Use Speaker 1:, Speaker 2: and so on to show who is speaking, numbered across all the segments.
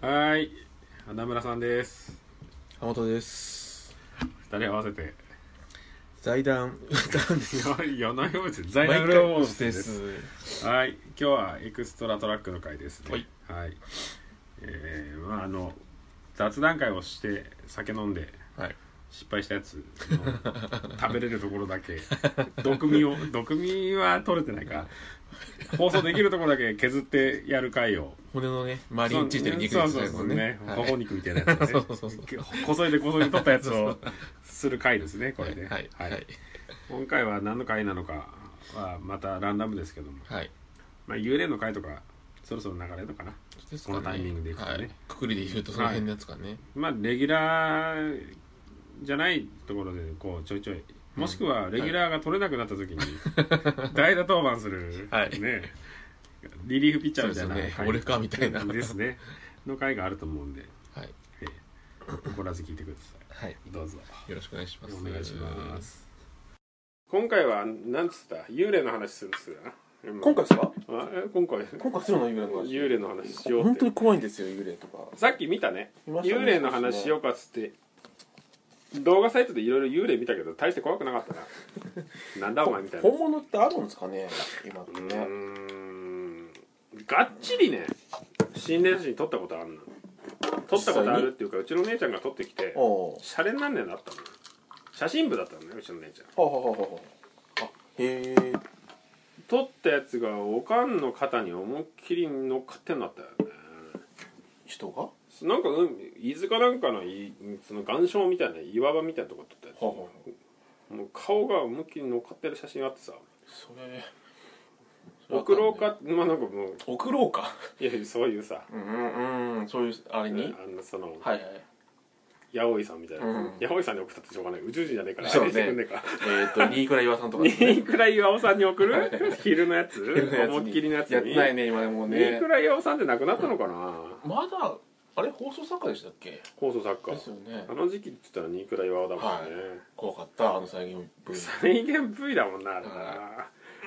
Speaker 1: はい花村さんです
Speaker 2: 浜本です
Speaker 1: 二人合わせ て
Speaker 2: 財団
Speaker 1: 夜のようです
Speaker 2: 毎
Speaker 1: 財団
Speaker 2: 回
Speaker 1: ロー
Speaker 2: で
Speaker 1: ン
Speaker 2: す
Speaker 1: スですはい今日はエクストラトラックの回ですね
Speaker 2: はい、
Speaker 1: はいえー、まああの雑談会をして酒飲んで
Speaker 2: はい
Speaker 1: 失敗したやつ の食べれるところだけ毒味を毒味は取れてないか放送できるところだけ削ってやる回を
Speaker 2: 骨のね周りについてる肉
Speaker 1: そう
Speaker 2: で
Speaker 1: そう
Speaker 2: す
Speaker 1: そうね
Speaker 2: はい
Speaker 1: 頬肉みたいなやつね
Speaker 2: そうそうそう
Speaker 1: こそいでこそいで取ったやつをする回ですねこれね
Speaker 2: はいはいはい
Speaker 1: 今回は何の回なのかはまたランダムですけども、
Speaker 2: はい
Speaker 1: まあ、幽霊の回とかそろそろ流れるのかな
Speaker 2: です
Speaker 1: このタイミングでいくとね
Speaker 2: はいくくりで言うとその辺のやつかね
Speaker 1: まあレギュラーじゃないところでこうちょいちょいもしくはレギュラーが取れなくなった時 に代打登板する、
Speaker 2: はい
Speaker 1: ねリリーフピッチャーみたいな
Speaker 2: そうですよね
Speaker 1: 回
Speaker 2: 俺かみたいな
Speaker 1: ですねの回があると思うんで、
Speaker 2: はい
Speaker 1: ええ怒らず聞いてくださ
Speaker 2: はい
Speaker 1: いどうぞ
Speaker 2: よろしくお願いします
Speaker 1: お願いします今回はなんつった幽霊の話するんですよ
Speaker 2: 今回ですか
Speaker 1: あえ今回
Speaker 2: 今回するの幽霊の話
Speaker 1: 幽霊の話しようっ
Speaker 2: 本当
Speaker 1: て
Speaker 2: に怖いんですよ幽霊とか
Speaker 1: さっき見たね
Speaker 2: 見ましたね
Speaker 1: 幽霊の話しようかっつって動画サイトでいろいろ幽霊見たけど大して怖くなかった ななんだお前みたいなう
Speaker 2: 本物ってあるんですかね今って
Speaker 1: ー
Speaker 2: ね
Speaker 1: んがっちりね心霊写真撮ったことあるの撮ったことあるっていうかうちの姉ちゃんが撮ってきて
Speaker 2: おう
Speaker 1: シャレになんねえなったのよ写真部だったのねうちの姉ちゃん
Speaker 2: ほうほうほうほうほうあへえ
Speaker 1: 撮ったやつがおかんの肩に思いっきり乗っかってんだったよね
Speaker 2: 人がは
Speaker 1: なんかうん飯塚なんかのいその岩礁みたいな岩場みたいなとこ撮ったやつ
Speaker 2: あはあ
Speaker 1: もう顔が思いっきり乗っかってる写真があってさ
Speaker 2: それ
Speaker 1: 送ろうかまあなんかもう
Speaker 2: 送ろうか
Speaker 1: いやいやそういうさ
Speaker 2: うんうんうんそういうあ
Speaker 1: あ
Speaker 2: れに
Speaker 1: のその
Speaker 2: はいはい
Speaker 1: 八百井さんみたいな、
Speaker 2: うん
Speaker 1: 八百井さんに送ったってしょうがない宇宙人じゃねえからあ
Speaker 2: そう
Speaker 1: れ
Speaker 2: ね
Speaker 1: してくんねえか
Speaker 2: えっと リークラ岩さんとかですね
Speaker 1: ニークライワオさんに送る 昼のやつ思いっきりのやつ
Speaker 2: やって
Speaker 1: に
Speaker 2: ないね今もう
Speaker 1: ニー
Speaker 2: ね
Speaker 1: クライワオさんってなくなったのかな
Speaker 2: まだあれ放送作家でしたっけ
Speaker 1: 放送作家
Speaker 2: ですよね
Speaker 1: あの時期って言ったらニークライワオだもんね、
Speaker 2: はい怖かったあの最近ブー
Speaker 1: 再現 V だもんなあれな
Speaker 2: は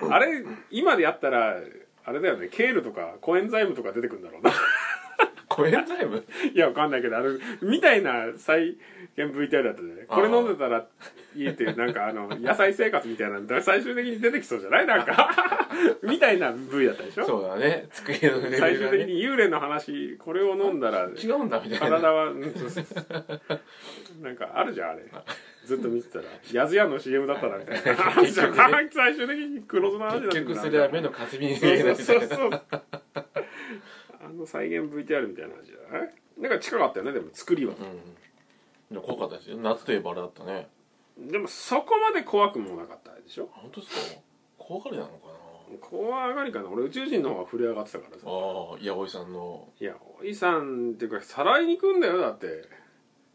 Speaker 1: あれ今でやったらあれだよねケールとかコエンザイムとか出てくるんだろうな
Speaker 2: コエンザイム
Speaker 1: いやわかんないけどあれみたいな再現 VTR だったじゃないこれ飲んでたら家ってなんかあの野菜生活みたいなのが最終的に出てきそうじゃないなんか みたいな V だったでしょ
Speaker 2: そうだね机のレベ
Speaker 1: 最
Speaker 2: ル
Speaker 1: 終
Speaker 2: が
Speaker 1: 的
Speaker 2: ね
Speaker 1: に幽霊の話これを飲んだら
Speaker 2: 違うんだみたい
Speaker 1: 体
Speaker 2: な
Speaker 1: はうんそうそうそうなんかあるじゃんあれずっと見てたら「やずやの CM だったな」みたいな
Speaker 2: 結局ね
Speaker 1: 最終的に黒ずの話だっ
Speaker 2: 結
Speaker 1: たんだ
Speaker 2: 局それは目の霞みに見
Speaker 1: そう
Speaker 2: え
Speaker 1: そうそ
Speaker 2: ないみたいうな
Speaker 1: そうあの再現 VTR みたいな話じゃないなんか近かったよねでも作りは、
Speaker 2: うんでも怖かったですよ夏といえばあれだったね
Speaker 1: でもそこまで怖くもなかったでしょ
Speaker 2: 本当ですか怖がりなのかな
Speaker 1: 怖がりかな俺宇宙人の方が震え上がってたからさ
Speaker 2: ああ八百井さんの
Speaker 1: いやおいさんっていうかさらいに来んだよだって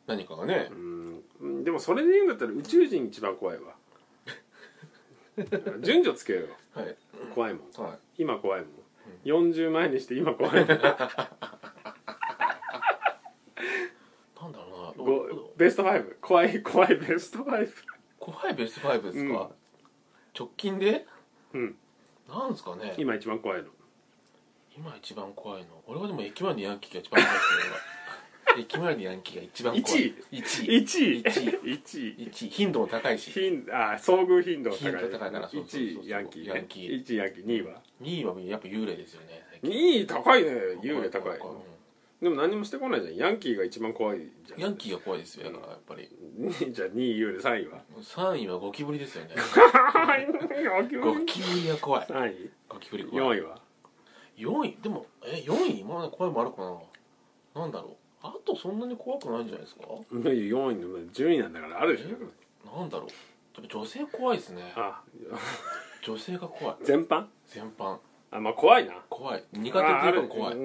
Speaker 2: 何かがね
Speaker 1: うんでもそれで言うんだったら宇宙人一番怖いわ 順序つけようよ
Speaker 2: はい
Speaker 1: 怖いもん
Speaker 2: は
Speaker 1: 今怖いもん、40前にして今怖いもん
Speaker 2: いなんだろうな
Speaker 1: ごベスト5怖い怖いベスト5
Speaker 2: 怖いベスト5ですか、
Speaker 1: うん
Speaker 2: 直近で
Speaker 1: うん
Speaker 2: なんですかね
Speaker 1: 今一番怖いの
Speaker 2: 今一番怖いの俺はでも駅前のヤンキーが一番怖 いですけど駅前のヤンキーが一番怖い1
Speaker 1: 1位
Speaker 2: 一
Speaker 1: 1位
Speaker 2: 位1位頻度も高いし
Speaker 1: 頻あ遭遇頻度が
Speaker 2: 頻
Speaker 1: 高
Speaker 2: 度
Speaker 1: い
Speaker 2: 高いからそうそうそうそう
Speaker 1: 1位ヤンキー
Speaker 2: ヤンキー
Speaker 1: 1位ヤンキー2位は
Speaker 2: 2位はやっぱ幽霊ですよね最近
Speaker 1: 2位高いね幽霊高い
Speaker 2: 怖
Speaker 1: でも何もしてこないじゃんヤンキーが一番怖いじゃ
Speaker 2: うんんヤンキーが怖いですよだからやっぱり
Speaker 1: ーじゃあ2位幽霊3位は
Speaker 2: 3位はゴキブリですよねゴ
Speaker 1: 3
Speaker 2: キブリが怖い
Speaker 1: 位
Speaker 2: ゴキブリ怖
Speaker 1: 4
Speaker 2: い
Speaker 1: 位は
Speaker 2: 4位でもえ4位今まで怖いもあるかななんだろうあとそんなに怖くないんじゃないですか
Speaker 1: いやいや4位の順位なんだからあるでしょ
Speaker 2: なんだろうやっぱ女性怖いですね
Speaker 1: あ
Speaker 2: 女性が怖い
Speaker 1: 全般
Speaker 2: 全般
Speaker 1: あまあ怖いな
Speaker 2: 怖い苦手
Speaker 1: あ
Speaker 2: と
Speaker 1: あ
Speaker 2: い
Speaker 1: る
Speaker 2: うか怖いう
Speaker 1: ー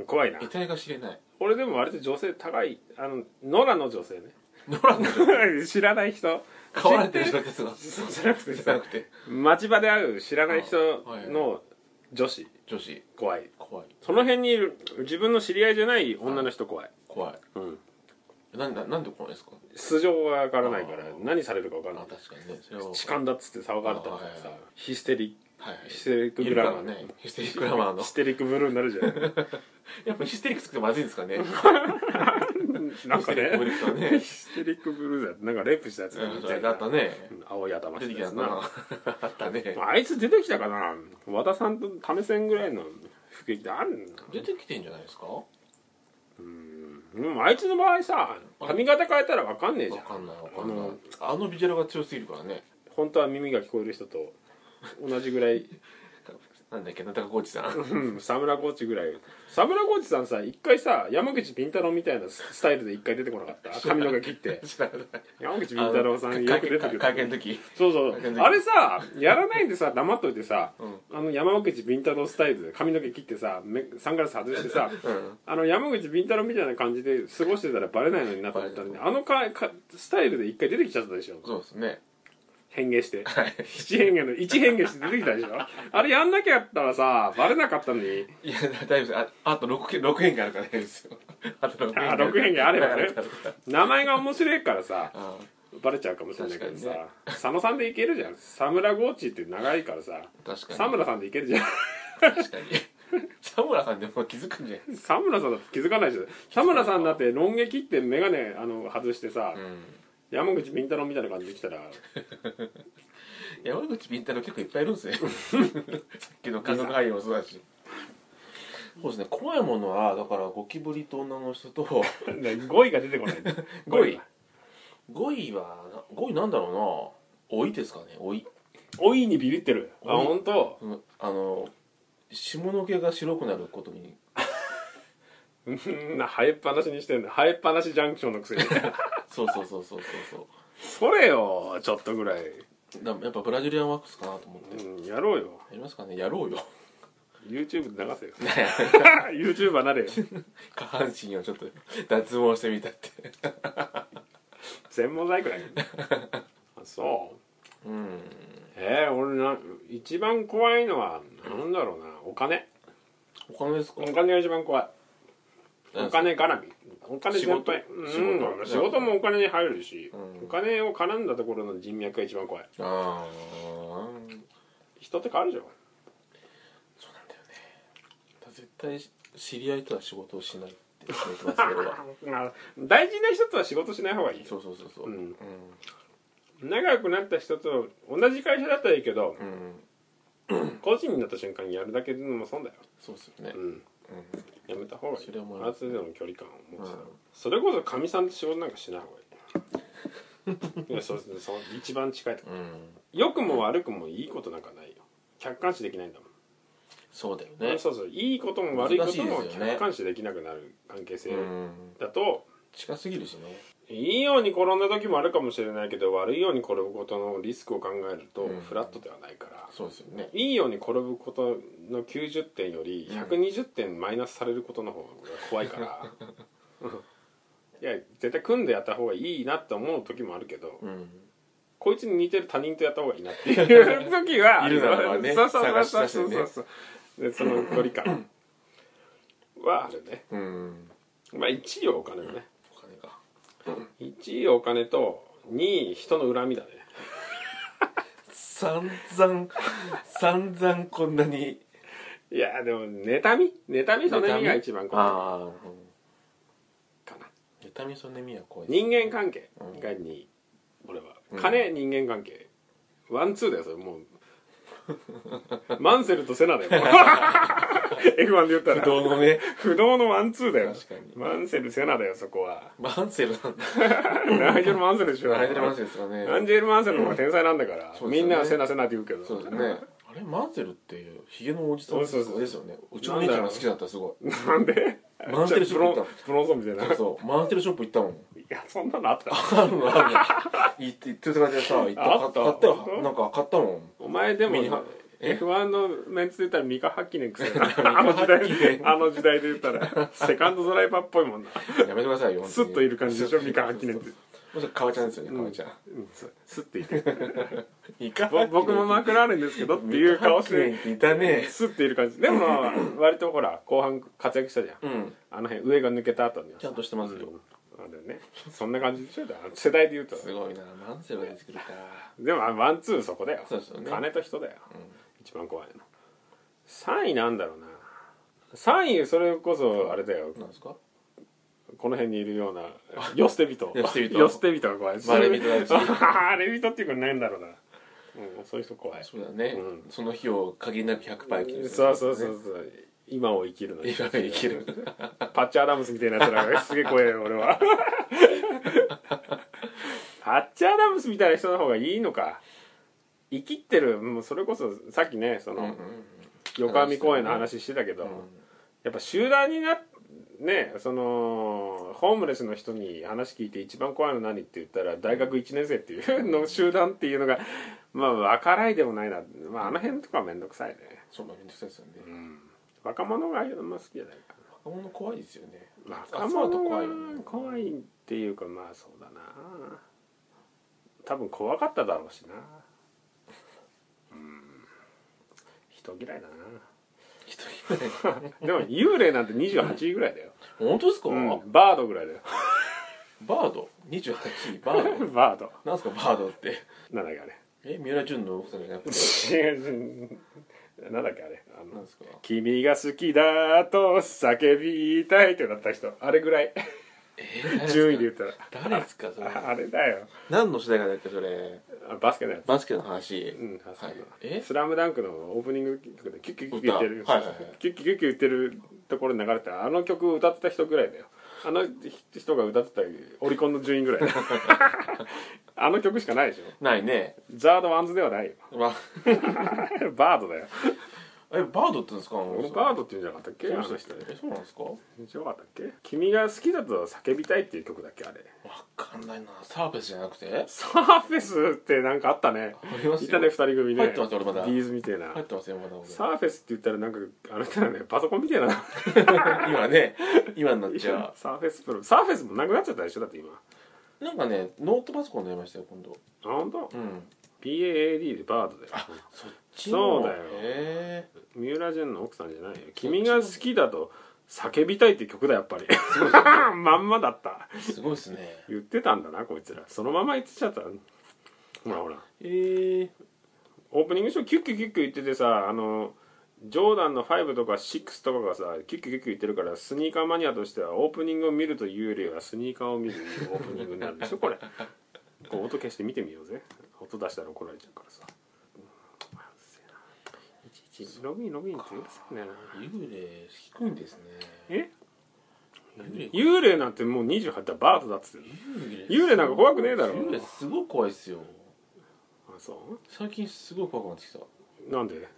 Speaker 1: ん怖いな
Speaker 2: 得体が知れない
Speaker 1: 俺でも割と女性高いあの野良の女性ね
Speaker 2: 野良の女
Speaker 1: 知らない人
Speaker 2: 飼われてる小説が
Speaker 1: そうじゃなくて
Speaker 2: じゃな
Speaker 1: さ
Speaker 2: くて
Speaker 1: 町場で会う知らない人の女子
Speaker 2: 女子
Speaker 1: 怖い
Speaker 2: 怖い
Speaker 1: その辺にいる自分の知り合いじゃない女の人怖い、
Speaker 2: 怖い
Speaker 1: うん、
Speaker 2: なんだなんで怖いんですか
Speaker 1: 素性がわからないから
Speaker 2: あー
Speaker 1: 何されるかわからない
Speaker 2: あ確かにねそれは
Speaker 1: 痴漢だっつって騒がれたとか
Speaker 2: あーはい
Speaker 1: さ
Speaker 2: はい
Speaker 1: ヒステリ
Speaker 2: はいはい
Speaker 1: ヒステリック
Speaker 2: い
Speaker 1: グ
Speaker 2: るか
Speaker 1: ラマ
Speaker 2: ら
Speaker 1: ー
Speaker 2: ねヒステリックグラマーの
Speaker 1: ヒステリックブルーになるじゃん
Speaker 2: やっぱヒステリックつくとまずいんですかね
Speaker 1: なんかね
Speaker 2: ヒステリックブルーとね
Speaker 1: ヒステリックブルーだってなんかレイプしたやつがみたい
Speaker 2: だ
Speaker 1: な
Speaker 2: ったね
Speaker 1: うん青い頭
Speaker 2: 出
Speaker 1: してた
Speaker 2: きた
Speaker 1: やつ
Speaker 2: んだな
Speaker 1: な
Speaker 2: あったね
Speaker 1: あいつ出てきたかな和田さんと為せんぐらいの服役である
Speaker 2: 出てきてんじゃないですかわ
Speaker 1: のでもあいつの場合さ髪型変えたらわかんねえじゃん
Speaker 2: かんないわかんないあのビジュアルが強すぎるからね
Speaker 1: 本当は耳が聞こえる人と同じぐらい
Speaker 2: なんだっけなんとかコーチさん
Speaker 1: うん沢村コーチぐらい沢村コーチさんさ一回さ山口敏太郎みたいなスタイルで一回出てこなかった髪の毛切って
Speaker 2: 知らない
Speaker 1: 山口敏太郎さんよく出てくる
Speaker 2: 会見の時
Speaker 1: そうそうあれさやらないでさ黙っといてさ、あの山口敏太郎スタイルで髪の毛切ってさめサングラス外してさ、
Speaker 2: ん
Speaker 1: あの山口敏太郎みたいな感じで過ごしてたらバレないのになと思ったのにあのかかスタイルで一回出てきちゃったでしょ
Speaker 2: そうですね
Speaker 1: 変化して
Speaker 2: はい
Speaker 1: 七変化の一変化して出てきたでしょあれやんなきゃやったらさバレなかったのに
Speaker 2: いや大丈夫ですああと 6, 六変化あるから大丈夫ですよ あと6変
Speaker 1: あ6変化あれば ね
Speaker 2: あるから
Speaker 1: 名前が面白いからさ
Speaker 2: あ
Speaker 1: バレちゃうかもしれないけどさ、
Speaker 2: 確か
Speaker 1: 佐野さんでいけるじゃんサムラゴーチって長いからさ
Speaker 2: 確かに
Speaker 1: サムラさんでいけるじゃん
Speaker 2: 確かに 佐村さんでも気づくんじゃないです
Speaker 1: サムラさんだって気づかないでしょサムラさんだってロン毛切って眼鏡あの外してさ、
Speaker 2: か、うん
Speaker 1: 山口敏太郎みたいな感じで来たら
Speaker 2: 山口敏太郎結構いっぱいいるん ですねさっきの家族俳優もそうだしそうですね怖いものはだからゴキブリと女の人 と
Speaker 1: 5位が出てこない
Speaker 2: 5位5位はな5位なんだろうな老いですかね老い、
Speaker 1: 5位にビビってるあ
Speaker 2: おい
Speaker 1: 本当。
Speaker 2: うんあの下の毛が白くなることに
Speaker 1: うんな生えっぱなしにしてるんだ生えっぱなしジャンクションのくせに
Speaker 2: そうそうそうそうそう
Speaker 1: それよちょっとぐらい、
Speaker 2: そうだやっぱブラジリアンワックスかなと思って、や
Speaker 1: うん、やろうよ
Speaker 2: りますかねやろうよ
Speaker 1: YouTube で流 せよ YouTuber なれよ
Speaker 2: 下半身をちょっと脱毛してみたって
Speaker 1: 全問題くらいあそう
Speaker 2: うん
Speaker 1: えー、俺な一番怖いのはなんだろうなお金
Speaker 2: お金ですか
Speaker 1: お金が一番怖いお金絡みお金全般
Speaker 2: 仕事
Speaker 1: うん、
Speaker 2: 仕事
Speaker 1: 仕事もお金に入るし、
Speaker 2: うん
Speaker 1: お金を絡んだところの人脈が一番怖い
Speaker 2: ああ
Speaker 1: 人って変わるじゃん
Speaker 2: そうなんだよね絶対知り合いとは仕事をしないって言ってますけど
Speaker 1: あ大事な人とは仕事しない方が いい
Speaker 2: そうそうそうそう
Speaker 1: う
Speaker 2: うんんうん
Speaker 1: 仲良くなった人と同じ会社だったらいいけど、個人になった瞬間にやるだけでも損だよ、
Speaker 2: そうっすよね
Speaker 1: う、ん、
Speaker 2: うん
Speaker 1: やめた方がいい
Speaker 2: それは思い
Speaker 1: ある
Speaker 2: ます
Speaker 1: 程度の距離感を持つ、
Speaker 2: うん
Speaker 1: それこそかみさんと仕事なんかしない方 がいいいやそうですねその一番近いとこ
Speaker 2: うん、
Speaker 1: 良くも悪くもいいことなんかないよ客観視できないんだもん
Speaker 2: そうだよね
Speaker 1: そうそういいことも悪いことも
Speaker 2: 難しいですよね
Speaker 1: 客観視できなくなる関係性
Speaker 2: うん
Speaker 1: だと、
Speaker 2: 近すぎるしね
Speaker 1: いいように転んだ時もあるかもしれないけど悪いように転ぶことのリスクを考えると
Speaker 2: うん
Speaker 1: フラットではないから、
Speaker 2: そうですよね
Speaker 1: いいように転ぶことの90点より120点マイナスされることの方が怖い から、いや絶対組んでやった方がいいなって思う時もあるけど、
Speaker 2: うん
Speaker 1: こいつに似てる他人とやった方がいいなっていう時は
Speaker 2: いるならばね
Speaker 1: そうそうそう
Speaker 2: 探し
Speaker 1: そうそ
Speaker 2: 出してね
Speaker 1: うそうでその距離感はあるね
Speaker 2: うん
Speaker 1: まあ1位はお金だね
Speaker 2: お金か
Speaker 1: 1位お金と2位人の恨みだね
Speaker 2: 散々散々こんなに
Speaker 1: いやでも妬み妬みそのみが一番怖い
Speaker 2: ああうん
Speaker 1: かな
Speaker 2: 妬みそねみは怖いです
Speaker 1: 人間関係が2位俺は
Speaker 2: うん
Speaker 1: 金人間関係ワンツーだよそれ もうマンセルとセナだよもう F1 で言ったら
Speaker 2: 不動のね
Speaker 1: 不動のワンツーだよ
Speaker 2: 確かに
Speaker 1: マンセルセナだよそこは
Speaker 2: マンセルなんだ
Speaker 1: ナイジェル・マンセルでしょ
Speaker 2: アイドルマンセルですかね
Speaker 1: ナイジェル・マンセルの方が天才なんだから、
Speaker 2: そうです
Speaker 1: み
Speaker 2: よね
Speaker 1: んなはセナセナって言うけど
Speaker 2: そうですね。あれマンセルっていうヒゲのおじさんです
Speaker 1: そうそうそう
Speaker 2: ですよね。うちのお兄ちゃんが好きだったすごい。
Speaker 1: なんで
Speaker 2: マンセルショップ行ったの
Speaker 1: ブロンブロンソンみたいな
Speaker 2: そうそう。マンセルショップ行ったもん。
Speaker 1: いやそんなのあ った
Speaker 2: あるのあるの。行って行ってた感じでさ、行った
Speaker 1: あった
Speaker 2: 買った
Speaker 1: 本当
Speaker 2: よ。なんか買ったもん。
Speaker 1: お前でも
Speaker 2: ミニハえ
Speaker 1: F1 のメンツで言ったらミカ・ハッキネンくせえな
Speaker 2: カ
Speaker 1: あの時代
Speaker 2: ハッキネン
Speaker 1: あの時代で言った らセカンドドライバーっぽいもんな
Speaker 2: やめてくださいよ。
Speaker 1: スッといる感じでしょミカ・ハッキネンって
Speaker 2: もしかわちゃんですよね。かわちゃん。
Speaker 1: うんそうスッといる
Speaker 2: いか
Speaker 1: ぼ 僕もマクラーレンですけどっていう顔し
Speaker 2: ミカハッ
Speaker 1: て
Speaker 2: キネンっていたね。
Speaker 1: スッといる感じで もまあ割とほら後半活躍したじゃん
Speaker 2: うん。
Speaker 1: あの辺上が抜けた後には
Speaker 2: ちゃんとしてますよ。
Speaker 1: あれねそんな感じでしょだから世代で言うと
Speaker 2: すごいな。マンセルが出てくるから。
Speaker 1: でもあワンツーそこだよ
Speaker 2: そうですよね
Speaker 1: 金と人だよ、一番怖いの3位なんだろうな3位それこそあれだよ
Speaker 2: なんですか
Speaker 1: この辺にいるよう なよ捨て人
Speaker 2: 世捨て人
Speaker 1: 世捨て人が怖い
Speaker 2: まあレビトだし
Speaker 1: あ レビトっていうことないんだろうな、うん、そういう人怖い
Speaker 2: そうだね、
Speaker 1: う
Speaker 2: その日を限りなく100倍生きる
Speaker 1: そうそうそうそう今を生きるのに
Speaker 2: 今を生きる
Speaker 1: パッチ・アダムスみたいなやつらがすげえ怖えよ俺は パッチ・アダムスみたいな人の方がいいのか生きってるもうそれこそさっきねその、
Speaker 2: うんうん
Speaker 1: 横浜公園の話してたけど、
Speaker 2: うん
Speaker 1: やっぱ集団になっねそのホームレスの人に話聞いて一番怖いの何って言ったら大学1年生っていうの集団っていうのがまあ分からいでもないな、まあ、あの辺とか面倒くさいね、
Speaker 2: そうなんですよね、
Speaker 1: うん、若者がああいうのあんま好きじゃないか
Speaker 2: 若者怖いですよね
Speaker 1: な若
Speaker 2: 集まると
Speaker 1: 者が
Speaker 2: 怖いよね
Speaker 1: 怖いっていうかまあそうだな多分怖かっただろうしなうん人嫌いだな
Speaker 2: 人いない
Speaker 1: でも幽霊なんて28位ぐらいだよ
Speaker 2: 本当ですか、
Speaker 1: うん、バードぐらいだよ
Speaker 2: バード28位バード
Speaker 1: バード
Speaker 2: なんですかバードって
Speaker 1: なんだっけあれ
Speaker 2: え三浦淳の奥さんじゃなくて
Speaker 1: 違う違う なんだっけあれあ
Speaker 2: なん
Speaker 1: の
Speaker 2: ですか
Speaker 1: 「君が好きだと叫びたい」ってなった人あれぐらい
Speaker 2: えー
Speaker 1: 順位で言ったら
Speaker 2: 誰ですかそれ
Speaker 1: ああれだよ
Speaker 2: 何の主題歌だっけそれ
Speaker 1: あバスケのやつ
Speaker 2: バスケの話、
Speaker 1: うんあそう
Speaker 2: はい
Speaker 1: だ
Speaker 2: え
Speaker 1: スラムダンク」のオープニングとかでキュッキュッキュッキュ言ってる、
Speaker 2: 歌はいはいはい
Speaker 1: キュッキュッキュッキュッ言ってるところに流れてたあの曲を歌ってた人ぐらいだよあの人が歌ってたオリコンの順位ぐら いだよあの曲しかないでしょ
Speaker 2: ないね
Speaker 1: ザードワンズではないよ
Speaker 2: ま
Speaker 1: バードだよ
Speaker 2: えバードって言うんですかあの
Speaker 1: 俺バードって言うんじゃなかったっけあの人
Speaker 2: えそうなんですかわ
Speaker 1: 違かったっけ君が好きだと叫びたいっていう曲だっけあれ
Speaker 2: かんないなサービスじゃなくて
Speaker 1: サーフェスってなんかあったね
Speaker 2: あります
Speaker 1: い
Speaker 2: よ
Speaker 1: たね2人組ね
Speaker 2: 入ってますよ俺まだ
Speaker 1: ビーズみたいな
Speaker 2: 入ってますよまだ俺
Speaker 1: サーフェスって言ったらなんかあれだよねパソコンみたいな
Speaker 2: 今ね今になっちゃ
Speaker 1: サーフェスプロサーフェスもなくなっちゃったでしょだって今あ
Speaker 2: うなんかねノートパソコンになりましたよ今度
Speaker 1: 本当
Speaker 2: うん
Speaker 1: ?PAAD でバードだよ
Speaker 2: そっち
Speaker 1: そ
Speaker 2: の
Speaker 1: うだよ
Speaker 2: へえ
Speaker 1: 三浦淳の奥さんじゃないよ君が好きだと叫びたいっていう曲だやっぱり まんまだった
Speaker 2: すごいですね
Speaker 1: 言ってたんだなこいつらそのまま言ってちゃったほらほら
Speaker 2: ええ
Speaker 1: オープニングショーキュッキュッキュッキュ言っててさあのジョーダンの5とか6とかがさキュッキュッキュッキュ言ってるからスニーカーマニアとしてはオープニングを見るというよりはスニーカーを見るオープニングになるでしょこれこう音消して見てみようぜ音出したら怒られちゃうからさうんうるせえないちいちログインログインってうるさいね
Speaker 2: 幽霊低いんですね
Speaker 1: え
Speaker 2: 幽霊
Speaker 1: 幽霊なんてもう28だバードだっつってんの
Speaker 2: 幽
Speaker 1: 幽霊なんか怖くねえだろ
Speaker 2: 幽霊すごい怖いっすよ
Speaker 1: あそ
Speaker 2: 最近すごい怖くなってきた
Speaker 1: うなんで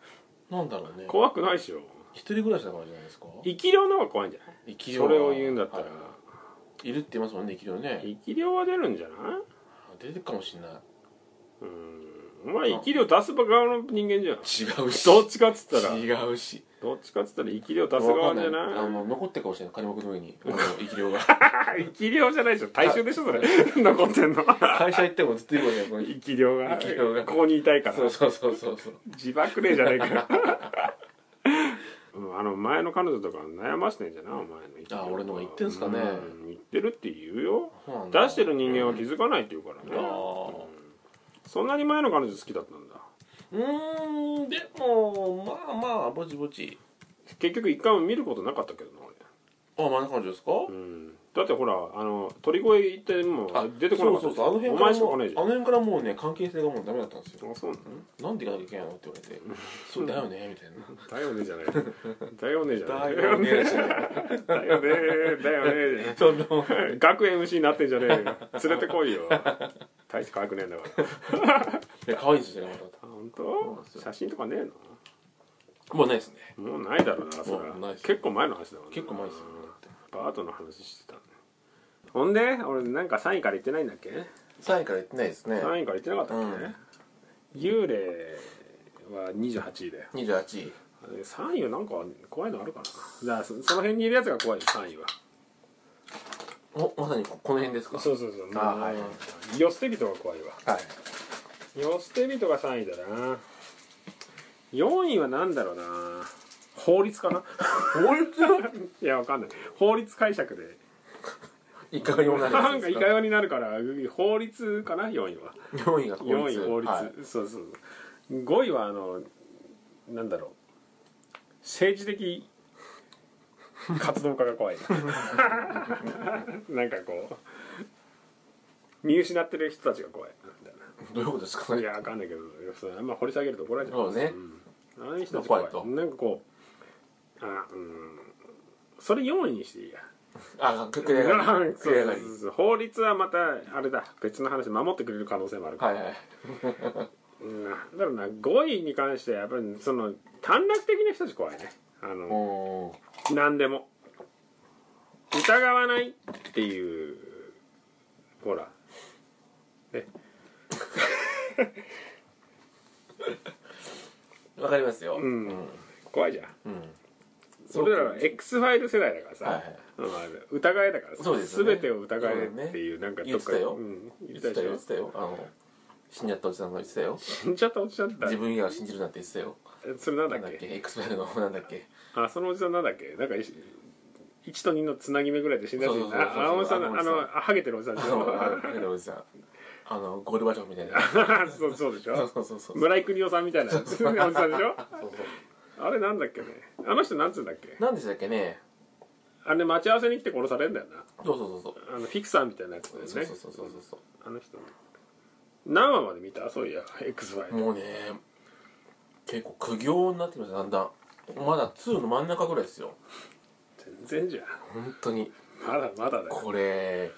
Speaker 2: なんだろうね
Speaker 1: 怖くないっしょ
Speaker 2: 一人暮らしだからじゃないですか
Speaker 1: 生き量の方が怖いんじゃない
Speaker 2: 生き量
Speaker 1: そ
Speaker 2: は
Speaker 1: れを言うんだったら、
Speaker 2: はいいるって言いますもんね生き量ね
Speaker 1: 生き量は出るんじゃない
Speaker 2: 出てるかもしんないう
Speaker 1: ーんお前生き量出す側の人間じゃん
Speaker 2: 違う し
Speaker 1: どっちかっつったら
Speaker 2: 違うし
Speaker 1: どっちかっつったら生き量出す側じゃ
Speaker 2: わかんあ
Speaker 1: な
Speaker 2: の残ってるかもしれない金目の上にあの生 き量が
Speaker 1: い生き量じゃないでしょ大衆でしょそれ残ってんの
Speaker 2: 会社行ってもずっといるもんねこの
Speaker 1: 生き量が
Speaker 2: 生き量が
Speaker 1: ここにいたいから
Speaker 2: そうそうそうそうそう
Speaker 1: 自爆霊じゃないから うんあの前の彼女とか悩ましてんじゃないお前の生き量
Speaker 2: あ俺の方が言ってんすかね
Speaker 1: うん言ってるって言うよ
Speaker 2: そうなん
Speaker 1: 出
Speaker 2: だ
Speaker 1: してる人間は気づかないって言うからね、
Speaker 2: あ
Speaker 1: うんそんなに前の彼女好きだったんだ
Speaker 2: ーうーんでもまあまあぼちぼち
Speaker 1: 結局一回も見ることなかったけどな俺
Speaker 2: あ真ん中の女ですか
Speaker 1: うんだってほらあの鳥越行ってもう
Speaker 2: あ
Speaker 1: 出てこなかった
Speaker 2: そうそうそうあの辺
Speaker 1: お
Speaker 2: から
Speaker 1: 前しか
Speaker 2: も
Speaker 1: 来
Speaker 2: う
Speaker 1: な
Speaker 2: あ
Speaker 1: いじゃん
Speaker 2: の辺からもうね関係性がもうダメだったんですよ
Speaker 1: あそうなの
Speaker 2: なんで行かなきゃいけないのって言われて「そうだよね」みたいな
Speaker 1: だよねじゃないだよねじゃない
Speaker 2: だよねじゃな
Speaker 1: だよねだよね
Speaker 2: その
Speaker 1: 学 MC になってんじゃねえよ連れてこいよ大して可愛くねえんだから
Speaker 2: いや可愛 いですよねま
Speaker 1: あ本
Speaker 2: そうなんです
Speaker 1: 当
Speaker 2: よ
Speaker 1: 写真とかねえ
Speaker 2: たもうないですね
Speaker 1: のもうないだろうなそれ
Speaker 2: もうない
Speaker 1: は
Speaker 2: っす
Speaker 1: 結構前の話だもんね
Speaker 2: 結構前ですよねだって
Speaker 1: バートの話してたねほんで俺なんか3位から言ってないんだっけ
Speaker 2: 3位から言ってないです
Speaker 1: 3
Speaker 2: ね
Speaker 1: 位から言ってなかったっけね、幽霊は28位だよ
Speaker 2: 28位
Speaker 1: え3位はなんか怖いのあるかなだからそその辺にいるやつが怖いよ3位は
Speaker 2: おまさにここの辺ですか
Speaker 1: そうそうそう
Speaker 2: あはい
Speaker 1: 寄捨て人が怖いわ
Speaker 2: はい
Speaker 1: 寄捨て人が3位だな4位は何だろうな法律かな
Speaker 2: 法律
Speaker 1: いやわかんない法律解釈で
Speaker 2: いかがにもなる
Speaker 1: なん
Speaker 2: やつ
Speaker 1: か
Speaker 2: で
Speaker 1: い
Speaker 2: す
Speaker 1: かようになるから法律かな4位は
Speaker 2: 4位が法律
Speaker 1: 4位法律、
Speaker 2: はい
Speaker 1: そうそう5位はあのなんだろう政治的活動家が怖いななんかこう見失ってる人たちが怖いみたい
Speaker 2: どういうことですか
Speaker 1: な
Speaker 2: ね
Speaker 1: いやわかんないけど要するにあんま掘り下げると怒られちゃう
Speaker 2: そうね
Speaker 1: うん、ああいう人たち怖い
Speaker 2: 怖いと
Speaker 1: なんかこうあうんそれ4位にしていいや
Speaker 2: あ繰 り上がり繰り上がり
Speaker 1: そうそうそう法律はまたあれだ別の話守ってくれる可能性もあるから
Speaker 2: はいはい
Speaker 1: うんなんだろうな5位に関してはやっぱりその短絡的な人たち怖いねあの
Speaker 2: おー
Speaker 1: 何でも疑わないっていうほらね
Speaker 2: わかりますよ。
Speaker 1: ん
Speaker 2: うん。
Speaker 1: 怖いじゃん
Speaker 2: うん
Speaker 1: それらは X ファイル世代だからさ、
Speaker 2: はいはい
Speaker 1: うん疑いだからさ
Speaker 2: そうですよね
Speaker 1: 全てを疑えっていう、なんかどっかで
Speaker 2: 言ってたよ
Speaker 1: うん、言っ
Speaker 2: 言ってて
Speaker 1: た
Speaker 2: た
Speaker 1: で
Speaker 2: よ
Speaker 1: し
Speaker 2: 言
Speaker 1: ょ
Speaker 2: ってたよ。あの死んじゃったおじさんが言ってたよ。
Speaker 1: 死んじゃったおじさんだっ
Speaker 2: 自
Speaker 1: た
Speaker 2: 分以外は信じるなって言ってたよ。
Speaker 1: それなんだ
Speaker 2: なん
Speaker 1: っ
Speaker 2: だっ
Speaker 1: け
Speaker 2: け X ファイルのなんだっ け。
Speaker 1: あそのおじさんなんだっけなんか1と2のつなぎ目ぐらいで死んだやついる
Speaker 2: そうそうそうそう
Speaker 1: ああのおじさん
Speaker 2: あの
Speaker 1: あ
Speaker 2: おじさん
Speaker 1: のハゲてるおじさんで
Speaker 2: あ
Speaker 1: しょ
Speaker 2: のあのおじさん。あのゴルバチョフみたいな。
Speaker 1: そうそうでし
Speaker 2: そう
Speaker 1: ょ
Speaker 2: そうそうそう。
Speaker 1: 村井邦夫さんみたいなおじさんでしょ
Speaker 2: そうそう
Speaker 1: あれなんだっけねあの人なんつうんだっけ
Speaker 2: なんでしたっけね。
Speaker 1: あれ待ち合わせに来て殺されるんだよな
Speaker 2: そうそうそうそう。
Speaker 1: あのフィクサーみたいなやつだよね
Speaker 2: そうそうそうそうそうそう。
Speaker 1: あの人何話まで見たそういや X ファイル
Speaker 2: もうね結構苦行になってきましただんだんまだ2の真ん中ぐらいですよ
Speaker 1: 全然じゃん
Speaker 2: 本当に
Speaker 1: まだまだだよ
Speaker 2: これ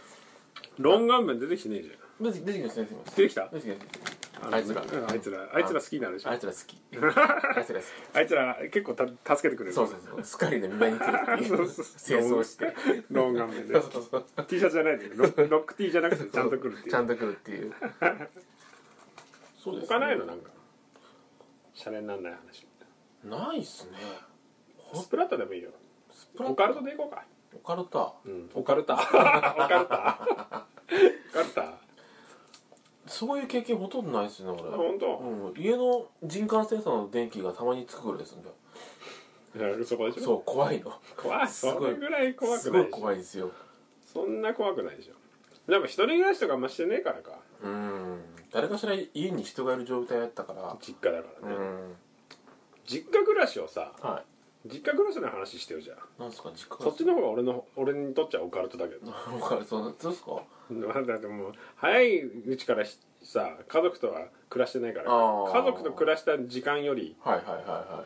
Speaker 1: 論眼面出てきてねえじゃん
Speaker 2: 出てきます出てきます
Speaker 1: 出てきた
Speaker 2: 出てき
Speaker 1: あ
Speaker 2: ま
Speaker 1: の
Speaker 2: すあいつら
Speaker 1: うんあいつらあいつら好きになるでしょ
Speaker 2: あいつら好きあいつら好き
Speaker 1: あいつら結構た助けてくれる
Speaker 2: そうそうそうスカリの見舞いに来るっていう清掃して
Speaker 1: 論眼面
Speaker 2: そ
Speaker 1: で
Speaker 2: うそうそう
Speaker 1: T シャツじゃないんだけどロロック T じゃなくてちゃんと来るってい
Speaker 2: ちゃん
Speaker 1: う
Speaker 2: と来るっていうそうです
Speaker 1: 他ないのなんかシャレになんない話
Speaker 2: ないっすね
Speaker 1: スプラッタでもいいよ
Speaker 2: スプラ
Speaker 1: オカルトでいこ うか
Speaker 2: オカルタ
Speaker 1: オカルタオカルタオカルタ
Speaker 2: そういう経験ほとんどないっすね俺
Speaker 1: 本当
Speaker 2: うん、家の人感センサーの電気がたまにつくぐらいですんだよ
Speaker 1: そこでしょ
Speaker 2: そう怖いの
Speaker 1: 怖い
Speaker 2: すごい
Speaker 1: それぐらい怖
Speaker 2: す
Speaker 1: くな
Speaker 2: ご
Speaker 1: い
Speaker 2: い
Speaker 1: でしょ
Speaker 2: 怖いんですよ
Speaker 1: そんな怖くないでしょでも一人暮らしとかあんましてねえからか
Speaker 2: うん誰かしら家に人がいる状態だったから
Speaker 1: 実家だか
Speaker 2: う
Speaker 1: らね、
Speaker 2: ん
Speaker 1: 実家暮らしをさ
Speaker 2: は
Speaker 1: 実家暮らしの話してるじゃん
Speaker 2: いなんですか実家
Speaker 1: そっちの方が俺の俺にとっちゃオカルトだけど
Speaker 2: なんか そうそうですか
Speaker 1: なんだってもう早いうちからしさ家族とは暮らしてないから
Speaker 2: あー
Speaker 1: 家族と暮らした時間より
Speaker 2: はいはいはいは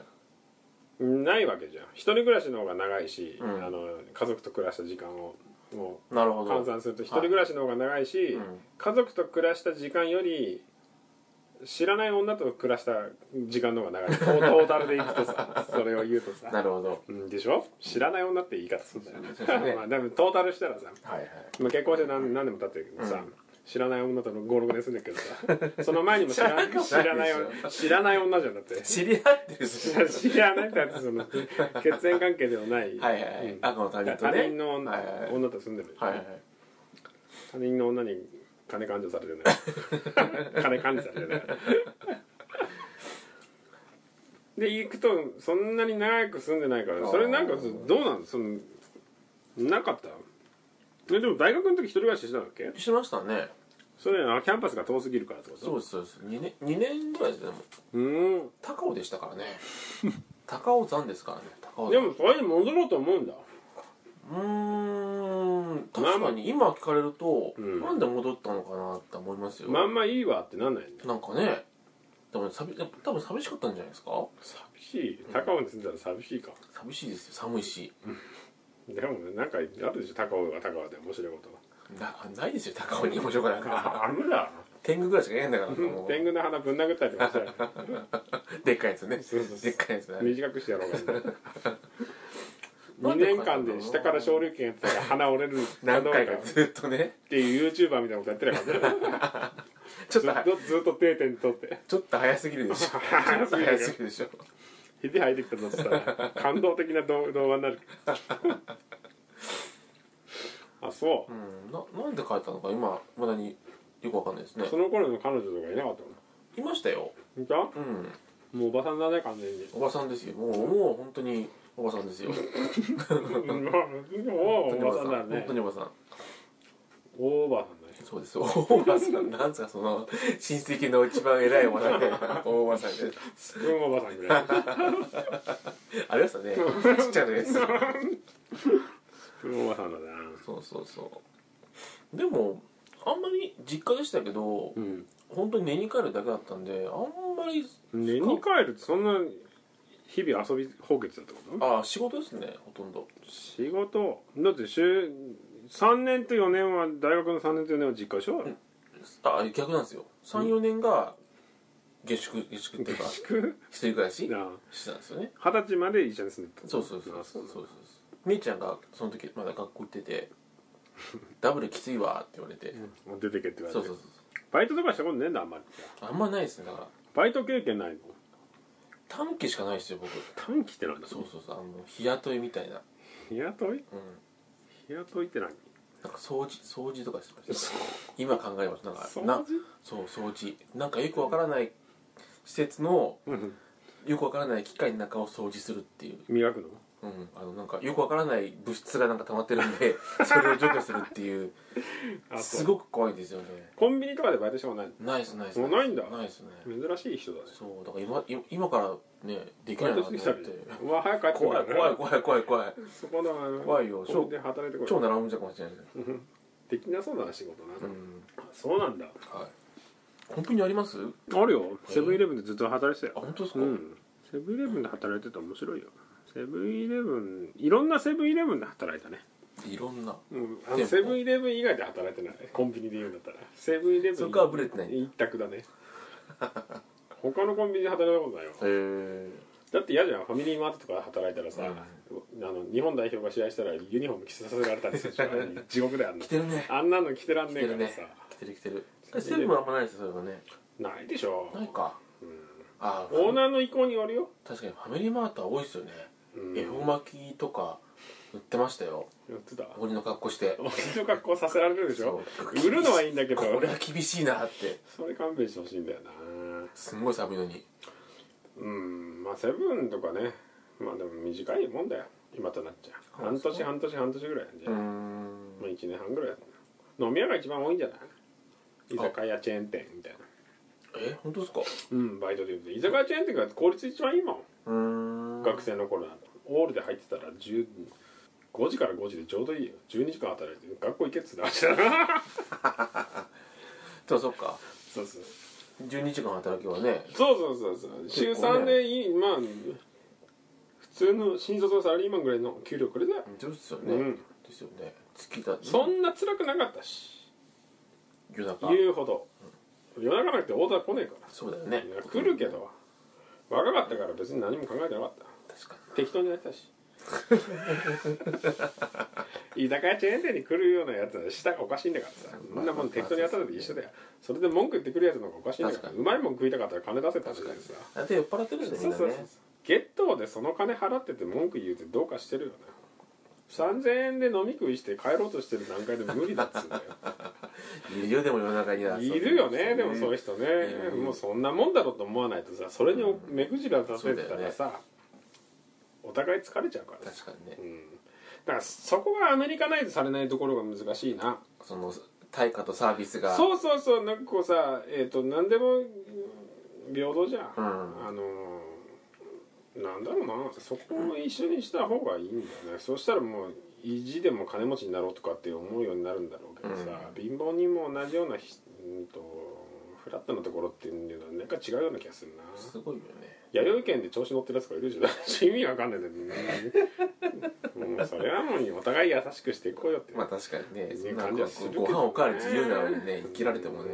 Speaker 1: ないわけじゃん一人暮らしの方が長いし、
Speaker 2: うん
Speaker 1: あの家族と暮らした時間をも
Speaker 2: いなるほ
Speaker 1: う
Speaker 2: ど
Speaker 1: 換算すると一人暮らしの方が長いし、
Speaker 2: うん
Speaker 1: 家族と暮らした時間より知らない女と暮らした時間の方が長いトートータルでいくと さそれを言うとさ
Speaker 2: なるほど
Speaker 1: うんでしょ知らない女って言い方するんだよね
Speaker 2: そうですね
Speaker 1: まあでもトータルしたらさ
Speaker 2: はいはい
Speaker 1: まあ結婚して何何年も経ってるけどさ、
Speaker 2: うん
Speaker 1: 知らない女との56年住んでるけどさ その前にも知らない知
Speaker 2: 知ら
Speaker 1: ら
Speaker 2: な
Speaker 1: ないい
Speaker 2: でしょ
Speaker 1: 女知らない女じゃなくて
Speaker 2: 知り合ってる しはい
Speaker 1: 知らないってやつその血縁関係ではない
Speaker 2: はいはい
Speaker 1: うん
Speaker 2: あこの他人とね
Speaker 1: 他人の
Speaker 2: はいはいはい
Speaker 1: 女と住んでる、
Speaker 2: はいはい
Speaker 1: 他人の女に金勘定されて ない金勘定されてないで行くとそんなに長く住んでないからそれなんか
Speaker 2: あー
Speaker 1: どうなのそのなかったえでも大学の時一人暮らししてたんだっけ
Speaker 2: しましたね
Speaker 1: それあキャンパスが遠すぎるからってこと
Speaker 2: そうですそうです2年二年ぐらいですねもう
Speaker 1: うーん
Speaker 2: 高尾でしたから ね高尾山ですからね高尾
Speaker 1: で
Speaker 2: 山
Speaker 1: もそれに戻ろうと思うんだ
Speaker 2: うーん確かに今聞かれると、
Speaker 1: うん
Speaker 2: なんで戻ったのかなって思いますよ、
Speaker 1: まんまいいわってなんないの
Speaker 2: なんかねでも寂多分寂しかったんじゃないですか
Speaker 1: 寂しい高尾に住んだら寂しいか
Speaker 2: 寂しいですよ寒いし
Speaker 1: でもねなんかあるでしょ高尾は高尾で面白い こと
Speaker 2: なないですよ高尾に面白くな いから
Speaker 1: あるだ
Speaker 2: 天狗ぐらいしかいないんだからもう
Speaker 1: 天狗の鼻ぶん殴ったりとかしたら
Speaker 2: でっかいやつね
Speaker 1: そうそうそう
Speaker 2: でっかいやつね
Speaker 1: 短くしてやろう かな2年間で下から昇竜拳やってたら鼻折れる
Speaker 2: 何
Speaker 1: どう
Speaker 2: 回
Speaker 1: か
Speaker 2: か
Speaker 1: っ
Speaker 2: ずっとね
Speaker 1: ていう YouTuber みたいなことやってなかった
Speaker 2: ちょっ
Speaker 1: ず
Speaker 2: と
Speaker 1: っとずっと定点取って
Speaker 2: ちょっと早すぎるでし ょちょっと早すぎるでしょ
Speaker 1: ひで入ってきたぞって言った ら感動的な動動画になるあそう
Speaker 2: うんななんで帰ったのか今まだによくわかんないですね
Speaker 1: その頃の彼女とかいなかったの
Speaker 2: いましたよ
Speaker 1: いた
Speaker 2: うん
Speaker 1: もうおばさんだね完全 に
Speaker 2: おばさんですよもうもう本当におばさんですよ
Speaker 1: うんもうおばさんだ
Speaker 2: 本
Speaker 1: ね
Speaker 2: 当におばさん
Speaker 1: おばさんだね
Speaker 2: そうです大間さんなんですかその親戚の一番偉いおばさんみたい な大間さんみたいな
Speaker 1: スプーンおばさんぐらい
Speaker 2: ありましたねちっちゃいのやつ
Speaker 1: スプーンおばさんだな
Speaker 2: そうそうそうでもあんまり実家でしたけど
Speaker 1: うん
Speaker 2: 本当に寝に帰るだけだったんであんまり
Speaker 1: 寝に帰るってそんな日々遊び放棄だってこと
Speaker 2: ああ仕事ですねほとんど
Speaker 1: 仕事だって週3年と4年は大学の3年と4年は実家でしょ、
Speaker 2: んあ逆なんですよ34年が下宿下宿 っていうか
Speaker 1: 合宿
Speaker 2: 一人暮らし
Speaker 1: なあ
Speaker 2: してたんですよね
Speaker 1: 二十歳まで一緒に住んでた
Speaker 2: そうそうそうそうそう
Speaker 1: あ
Speaker 2: そう姉ちゃんがその時まだ学校行ってて「ダブルきついわ」って言われて、
Speaker 1: もう出てけって言われ
Speaker 2: そ
Speaker 1: て
Speaker 2: うそうそう
Speaker 1: バイトとかしたことねえんだあんまり
Speaker 2: あんまないですねだから
Speaker 1: バイト経験ないの
Speaker 2: 短期しかないですよ僕
Speaker 1: 短期ってなんだ
Speaker 2: そうそうそうあの日雇いみたいな
Speaker 1: 日雇い
Speaker 2: うん
Speaker 1: 日雇いって何
Speaker 2: なんか掃除掃除とかしてました今考えますなんか
Speaker 1: 掃
Speaker 2: な
Speaker 1: 除
Speaker 2: そう掃除なんかよくわからない施設の
Speaker 1: うん
Speaker 2: よくわからない機械の中を掃除するっていう
Speaker 1: 磨くの
Speaker 2: うん、あのなんかよくわからない物質がなんか溜まってるん でそれを除去するっていう
Speaker 1: あ
Speaker 2: す
Speaker 1: そう
Speaker 2: ごく怖いんですよね
Speaker 1: コンビニとかでバイトしたことない
Speaker 2: ナイスナイス
Speaker 1: もうないんだ
Speaker 2: ナイスね
Speaker 1: の珍しい人だね
Speaker 2: そうだから今今今からねでき
Speaker 1: バ
Speaker 2: な
Speaker 1: イ
Speaker 2: いな
Speaker 1: ト
Speaker 2: と
Speaker 1: し
Speaker 2: 思
Speaker 1: て
Speaker 2: っ
Speaker 1: き
Speaker 2: て
Speaker 1: たりうわ早く帰ってくる
Speaker 2: 怖い怖い怖い怖い怖い
Speaker 1: そこのあの
Speaker 2: 怖いよ
Speaker 1: コンビニで働いてこ
Speaker 2: 超
Speaker 1: い
Speaker 2: 並ぶんじゃかもしれないですね
Speaker 1: できなそうだな仕事な
Speaker 2: うん
Speaker 1: そうなんだ
Speaker 2: はいコンビニあります
Speaker 1: あるよセブンイレブンでずっと働いてた
Speaker 2: あ
Speaker 1: よ
Speaker 2: 本当ですか、
Speaker 1: うんセブンイレブンで働いてたら面白いよセブンイレブンいろんなセブンイレブンで働いたね
Speaker 2: いろんな
Speaker 1: うんあ
Speaker 2: 店
Speaker 1: のセ
Speaker 2: 舗
Speaker 1: ブンイレブン以外で働いてないコンビニで言うんだったらセブンイレブン
Speaker 2: そこはブレてないへ
Speaker 1: 一択だね他のコンビニで働いたことないよ
Speaker 2: え
Speaker 1: だって嫌じゃんファミリーマートとか働いたらさ、あの日本代表が試合したらユニフォーム着させられたりするじゃ ん地獄だよあんな
Speaker 2: 来てるね
Speaker 1: あんなの着てらんね
Speaker 2: 来て
Speaker 1: え
Speaker 2: る
Speaker 1: から
Speaker 2: ね
Speaker 1: さ、
Speaker 2: 来てる来てるえセブンはあんまないですよそれはね
Speaker 1: ないでしょ
Speaker 2: ないかあ
Speaker 1: オーナーの意向によるよ
Speaker 2: 確かにファミリーマートは多いですよね
Speaker 1: うん
Speaker 2: 恵方巻きとか売ってましたよ
Speaker 1: やってた
Speaker 2: 鬼の格好して
Speaker 1: 俺の格好させられるでしょ
Speaker 2: そう
Speaker 1: 売るのはいいんだけど
Speaker 2: これは厳しいなって
Speaker 1: それ勘弁してほしいんだよな
Speaker 2: すんごい寒いのに
Speaker 1: うんまあセブンとかねまあでも短いもんだよ今となっちゃう半
Speaker 2: そう
Speaker 1: 年半年半年ぐらいなんじゃ
Speaker 2: うー
Speaker 1: ない
Speaker 2: ん
Speaker 1: まあ1年半ぐらいだな飲み屋が一番多いんじゃない居酒屋チェーン店みたいな
Speaker 2: え本当ですか
Speaker 1: うんバイトで言うと居酒屋チェーン店が効率一番いいもん、
Speaker 2: うーん
Speaker 1: 学生の頃なんてオールで入ってたら10 5時から5時でちょうどいいよ12時間働いて学校行けっつって 話だな
Speaker 2: でもそっか
Speaker 1: そうそう
Speaker 2: 12時間働けばね
Speaker 1: そうそうそうそう週
Speaker 2: 結構ね
Speaker 1: 3でいいまあ普通の新卒のサラリーマンぐらいの給料くれだよ、
Speaker 2: そうですよね、
Speaker 1: うん
Speaker 2: ですよね月だ
Speaker 1: そんな辛くなかったし
Speaker 2: 夜中
Speaker 1: 言うほど夜中なくてオーダー来ねえから
Speaker 2: そうだよね
Speaker 1: いや来るけど若かったから別に何も考えてなかった
Speaker 2: 確か
Speaker 1: 適当にやってたし 居酒屋チェーン店に来るようなやつは舌がおかしいんだからさそんなもん適当にやったのと一緒だよそれで文句言ってくるやつの方がおかしいんだから
Speaker 2: 確
Speaker 1: うまいもん食いたかったら金出せって話だよさ
Speaker 2: にあで酔っ払ってるん
Speaker 1: そう
Speaker 2: です
Speaker 1: そう
Speaker 2: よみん
Speaker 1: そ
Speaker 2: な
Speaker 1: う
Speaker 2: ね
Speaker 1: ゲットーでその金払ってて文句言うってどうかしてるよな3000円で飲み食いして帰ろうとしてる段階で無理だっつうん だよ
Speaker 2: いるよでも夜中にはそう
Speaker 1: いるよねでもそういう人ね
Speaker 2: いる
Speaker 1: もうそんなもんだろうと思わないとさそれに目くじら立ててたらさお互い疲れちゃうからさ
Speaker 2: 確かにね
Speaker 1: うんだからそこがアメリカナイズされないところが難しいな
Speaker 2: その対価とサービスが
Speaker 1: そうそうそうなんかこうさえっ、と何でもうん平等じゃん、
Speaker 2: うん
Speaker 1: あのーなんだろうなそこも一緒にした方がいいんだよねそうしたらもう意地でも金持ちになろうとかって思うようになるんだろうけどさ、貧乏にも同じようなひうんとフラットなところっていうのはなんか違うような気がするな
Speaker 2: すごいよね
Speaker 1: 弥生県で調子乗ってるやつがいるじゃない意味わかんないんだけどねもうそれはもうお互い優しくしていこうよって
Speaker 2: まあ確かにね
Speaker 1: い
Speaker 2: そ
Speaker 1: うん
Speaker 2: な
Speaker 1: 感じはするけど
Speaker 2: ご飯おかわり自由なのにね生きられてもね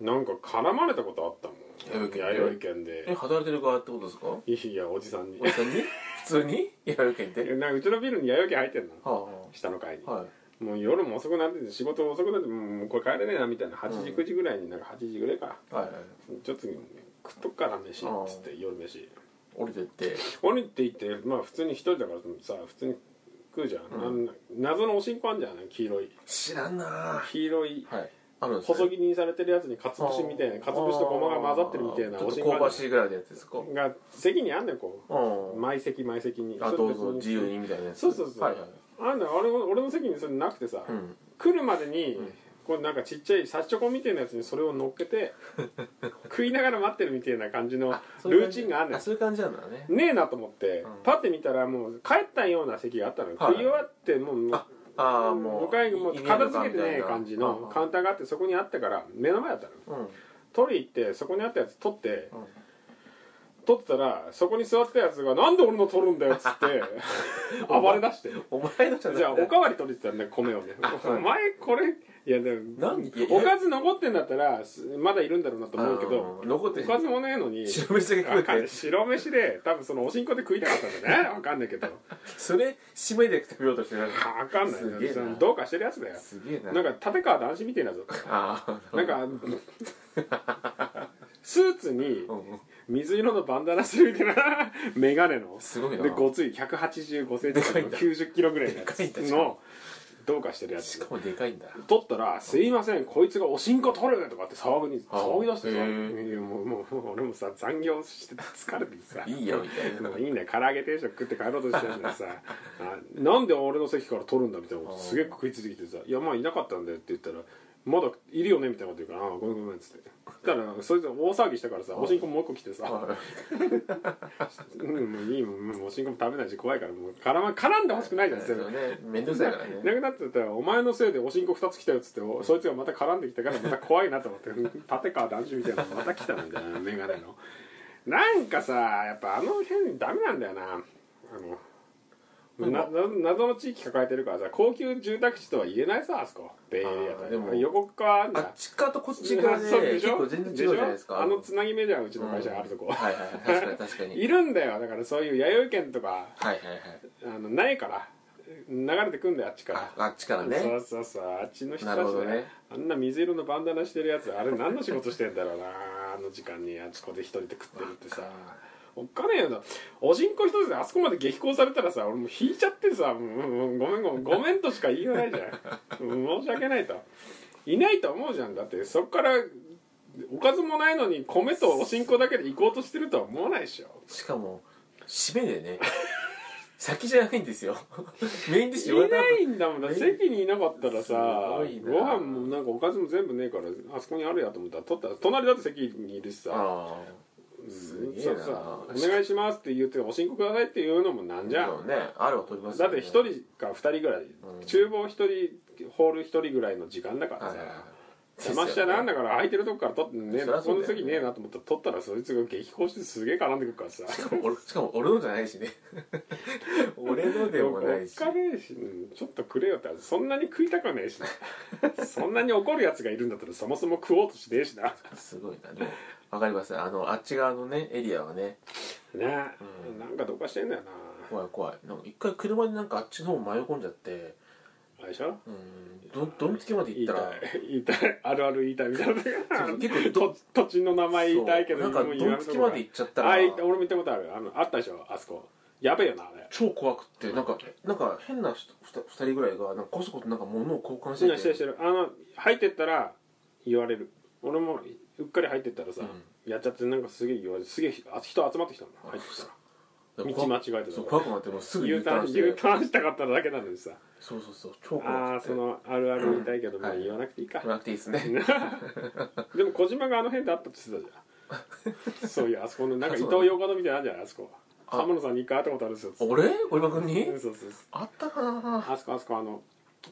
Speaker 1: うんなんか絡まれたことあったもん
Speaker 2: 弥生県で
Speaker 1: 弥生県
Speaker 2: え
Speaker 1: で
Speaker 2: 働いてる側ってことですか
Speaker 1: いやおじさんに
Speaker 2: おじ さんに普通に弥生県って
Speaker 1: えなんかうちのビルに弥生県入ってんの
Speaker 2: は
Speaker 1: 下の階に
Speaker 2: あはあはい
Speaker 1: もう夜も遅くなってて仕事遅くなってもうこれ帰れねえなみたいな8時
Speaker 2: うん
Speaker 1: 9時ぐらいになんか8時ぐらいか
Speaker 2: はいはい
Speaker 1: ちょっと食っとくから飯っつって夜飯
Speaker 2: 降りてって
Speaker 1: 降りていってまあ普通に一人だからさ普通に食うじゃん、
Speaker 2: うん
Speaker 1: あの謎のおしんこあんじゃん黄色い
Speaker 2: 知らんなは
Speaker 1: 黄色い
Speaker 2: いあるんですね
Speaker 1: 細切りにされてるやつにかつぶしみたいなかつぶしとごまが混ざってるみたいな
Speaker 2: ちょ
Speaker 1: お
Speaker 2: っ
Speaker 1: し
Speaker 2: と
Speaker 1: んこあんじゃ
Speaker 2: 香
Speaker 1: ん
Speaker 2: ばしいぐらいのやつですか
Speaker 1: が席にあんねんこ
Speaker 2: う
Speaker 1: うん毎席毎席に
Speaker 2: あ
Speaker 1: それ
Speaker 2: どう
Speaker 1: 別
Speaker 2: ぞ
Speaker 1: に
Speaker 2: 自由にみたいなやつ
Speaker 1: そうそうそう
Speaker 2: はいはい
Speaker 1: あんだ俺も俺の席にそれなくてさ、
Speaker 2: うん
Speaker 1: 来るまでに、こうなんかちっちゃいサチチョコみたいなやつにそれを乗っけて食いながら待ってるみたいな感じのルーチンがあんねん
Speaker 2: そういう感じなんだね
Speaker 1: ねえなと思って、
Speaker 2: うん
Speaker 1: パッて見たらもう帰ったような席があったのよ、
Speaker 2: はい
Speaker 1: 食い終わってもう
Speaker 2: あああもう
Speaker 1: 向かいもう片付けてねえ感じのカ
Speaker 2: 感
Speaker 1: ウンターがあってそこにあったから目の前だったの
Speaker 2: うんうん
Speaker 1: 取り行ってそこにあったやつ取って取ってたらそこに座ってたやつが「なんで俺の取るんだよ」っつって 暴れ出して
Speaker 2: お前のじゃなくて
Speaker 1: じゃあおかわり取れてたんだよ米を ねお前これいやでも
Speaker 2: 何
Speaker 1: おかず残ってんだったらすまだいるんだろうなと思うけど
Speaker 2: うん残って
Speaker 1: おかずもねえのに
Speaker 2: 白飯だけ
Speaker 1: わかんな
Speaker 2: 食う
Speaker 1: い
Speaker 2: て
Speaker 1: 白飯で多分そのおしんこで食いたかったんだねわかんないけど
Speaker 2: それ締めで食べようとしてる
Speaker 1: わかんない
Speaker 2: すげえな
Speaker 1: そのどうかしてるやつだよ
Speaker 2: すげえな
Speaker 1: なんか立川男子みてえなぞ
Speaker 2: ああ
Speaker 1: なんかスーツに
Speaker 2: うんうん
Speaker 1: 水色のバンダナするみたいな眼鏡 の
Speaker 2: すごいな
Speaker 1: でごつい185センチ
Speaker 2: でかいんだ
Speaker 1: 9 0キロぐらいのや
Speaker 2: でかいんだ
Speaker 1: つのどうかしてるや
Speaker 2: し
Speaker 1: つ
Speaker 2: かもでかいんだ
Speaker 1: 取ったら「すいませんこいつがおしんこ取る!」とかって騒ぐに
Speaker 2: あ
Speaker 1: 騒ぎ出してさ
Speaker 2: へ
Speaker 1: いやもうもうもう俺もさ残業して疲れてさ
Speaker 2: いいよみたい
Speaker 1: な
Speaker 2: なん
Speaker 1: かいいね唐揚げ定食食って帰ろうとしてるんだ さあなんで俺の席から取るんだみたいなことすげえ食いついてきてさ「いやまあいなかったんだよ」って言ったら「まだいるよね」みたいなこと言うから「ああごめんごめん」っつってそしたらそいつ大騒ぎしたからさおしんこもう一個来てさ「うんもういいもんもうおしんこも食べないし怖いからもう絡,、ま、絡んでほしくないじゃん」っつって
Speaker 2: そうね面倒くさいからね
Speaker 1: なくなってたら「お前のせいでおしんこ2つ来たよ」っつっておそいつがまた絡んできたからまた怖いなと思って立川談志みたいなのまた来たなみたいな眼鏡のなんかさやっぱあの辺ダメなんだよなあのなな謎の地域抱えてるからさ高級住宅地とは言えないさあそこベイエリア
Speaker 2: あー
Speaker 1: と
Speaker 2: でも
Speaker 1: 横っ側あんだ
Speaker 2: あっち側とこっち側で
Speaker 1: そうでし
Speaker 2: 結
Speaker 1: ょ
Speaker 2: 構全然違うじゃないです
Speaker 1: し
Speaker 2: か
Speaker 1: ょあのつなぎ目じゃんうちの会社があるとこ、
Speaker 2: はいはい確かに確かに
Speaker 1: いるんだよだからそういう弥生県とか
Speaker 2: はいはいはい
Speaker 1: あのないから流れてくんだよあっちから
Speaker 2: ああっちから
Speaker 1: そ
Speaker 2: ね
Speaker 1: うそうそうあっちの人
Speaker 2: な
Speaker 1: た
Speaker 2: るほ
Speaker 1: ち
Speaker 2: ど
Speaker 1: ね
Speaker 2: ね
Speaker 1: あんな水色のバンダナしてるやつあれ何の仕事してんだろうなあの時間にあそこで一人で食ってるってさおっかねえよなおしんこ一つであそこまで激高されたらさ俺もう引いちゃってさもうもうごめんごめんごめんとしか言いようないじゃんもう申し訳ないといないと思うじゃんだってそこからおかずもないのに米とおしんこだけで行こうとしてるとは思わないでしょ
Speaker 2: しかも締めでね 先じゃないんですよ メインディッシュ
Speaker 1: い
Speaker 2: 終わ
Speaker 1: な
Speaker 2: っ
Speaker 1: いんだもんだって席にいなかったらさ
Speaker 2: すごいな
Speaker 1: ご飯もなんかおかずも全部ねえからあそこにあるやと思ったら取ったら隣だって席にいるしたさ
Speaker 2: 後ああ
Speaker 1: うん
Speaker 2: すげえな
Speaker 1: そうそうお願いしますって言っておしんこくださいって言うのもなんじゃ
Speaker 2: そうんねあるは取ります
Speaker 1: だ
Speaker 2: よ
Speaker 1: っ
Speaker 2: ね
Speaker 1: て一人か二人ぐらい
Speaker 2: ん
Speaker 1: 厨房一人ホール一人ぐらいの時間だから
Speaker 2: はい
Speaker 1: さ
Speaker 2: はいはい
Speaker 1: 邪魔しちゃなんだから空いてるとこから取ってねえ
Speaker 2: そりゃそ
Speaker 1: こ
Speaker 2: う
Speaker 1: の
Speaker 2: だよね
Speaker 1: 席ねえなと思ったら取ったらそいつが激高してすげえ絡んでくるからさ
Speaker 2: しかも俺しかも俺のじゃないしね 俺のでもないし
Speaker 1: おっかねえし、うんちょっとくれよってそんなに食いたくはねえし なそんなに怒るやつがいるんだったらそもそも食おうとしねえしな
Speaker 2: すごいなでもわかりますあのあっち側のねエリアはね
Speaker 1: ね、なんかどうかしてんだよな
Speaker 2: 怖い怖いなんか一回車でなんかあっちの方迷い込んじゃって
Speaker 1: あれでしょ
Speaker 2: うんどどんつけまで
Speaker 1: 言い
Speaker 2: 行ったた
Speaker 1: い
Speaker 2: ら
Speaker 1: 言い たいあるある言いたいみたいな
Speaker 2: そう結構ど
Speaker 1: と土地の名前言いたいけど
Speaker 2: そうなんか
Speaker 1: 言わ
Speaker 2: どん
Speaker 1: ない
Speaker 2: つ
Speaker 1: と
Speaker 2: き
Speaker 1: こが
Speaker 2: まで行っちゃったら
Speaker 1: あい俺も行ったことあるあのあったでしょあそこやべえよなあれ
Speaker 2: 超怖くってなんかなんか変な人ふた二人ぐらいがなんかこそこそなんか物を交換
Speaker 1: みんな
Speaker 2: し
Speaker 1: して
Speaker 2: て
Speaker 1: るしてるあの入ってったら言われる俺もうっかり入ってったらさ、やっちゃってなんかすげえ言われるすげえあ人集まってきたんだ入ってきたら
Speaker 2: 道
Speaker 1: 道間違えてたから
Speaker 2: そう怖くなってもうすぐ
Speaker 1: U
Speaker 2: U
Speaker 1: タ
Speaker 2: タ
Speaker 1: ー
Speaker 2: ー
Speaker 1: ン
Speaker 2: ンして
Speaker 1: U ターンしたかっただけなのにさ
Speaker 2: そうそうそう超
Speaker 1: あ
Speaker 2: 怖
Speaker 1: あ
Speaker 2: く
Speaker 1: そ
Speaker 2: て
Speaker 1: のあるある言いたいけど、まあ
Speaker 2: はい
Speaker 1: 言わなくていいか
Speaker 2: 言わなくていいですね
Speaker 1: でも小島があの辺であったって言ってた じゃんそういうあそこのなんか伊藤洋華堂みたいなのあるじゃんあそこ
Speaker 2: あ
Speaker 1: 浜野さんに一回会ったことあるんですよ
Speaker 2: 俺小島君に
Speaker 1: うんそうそうそう
Speaker 2: あったかな
Speaker 1: あそこあそこあの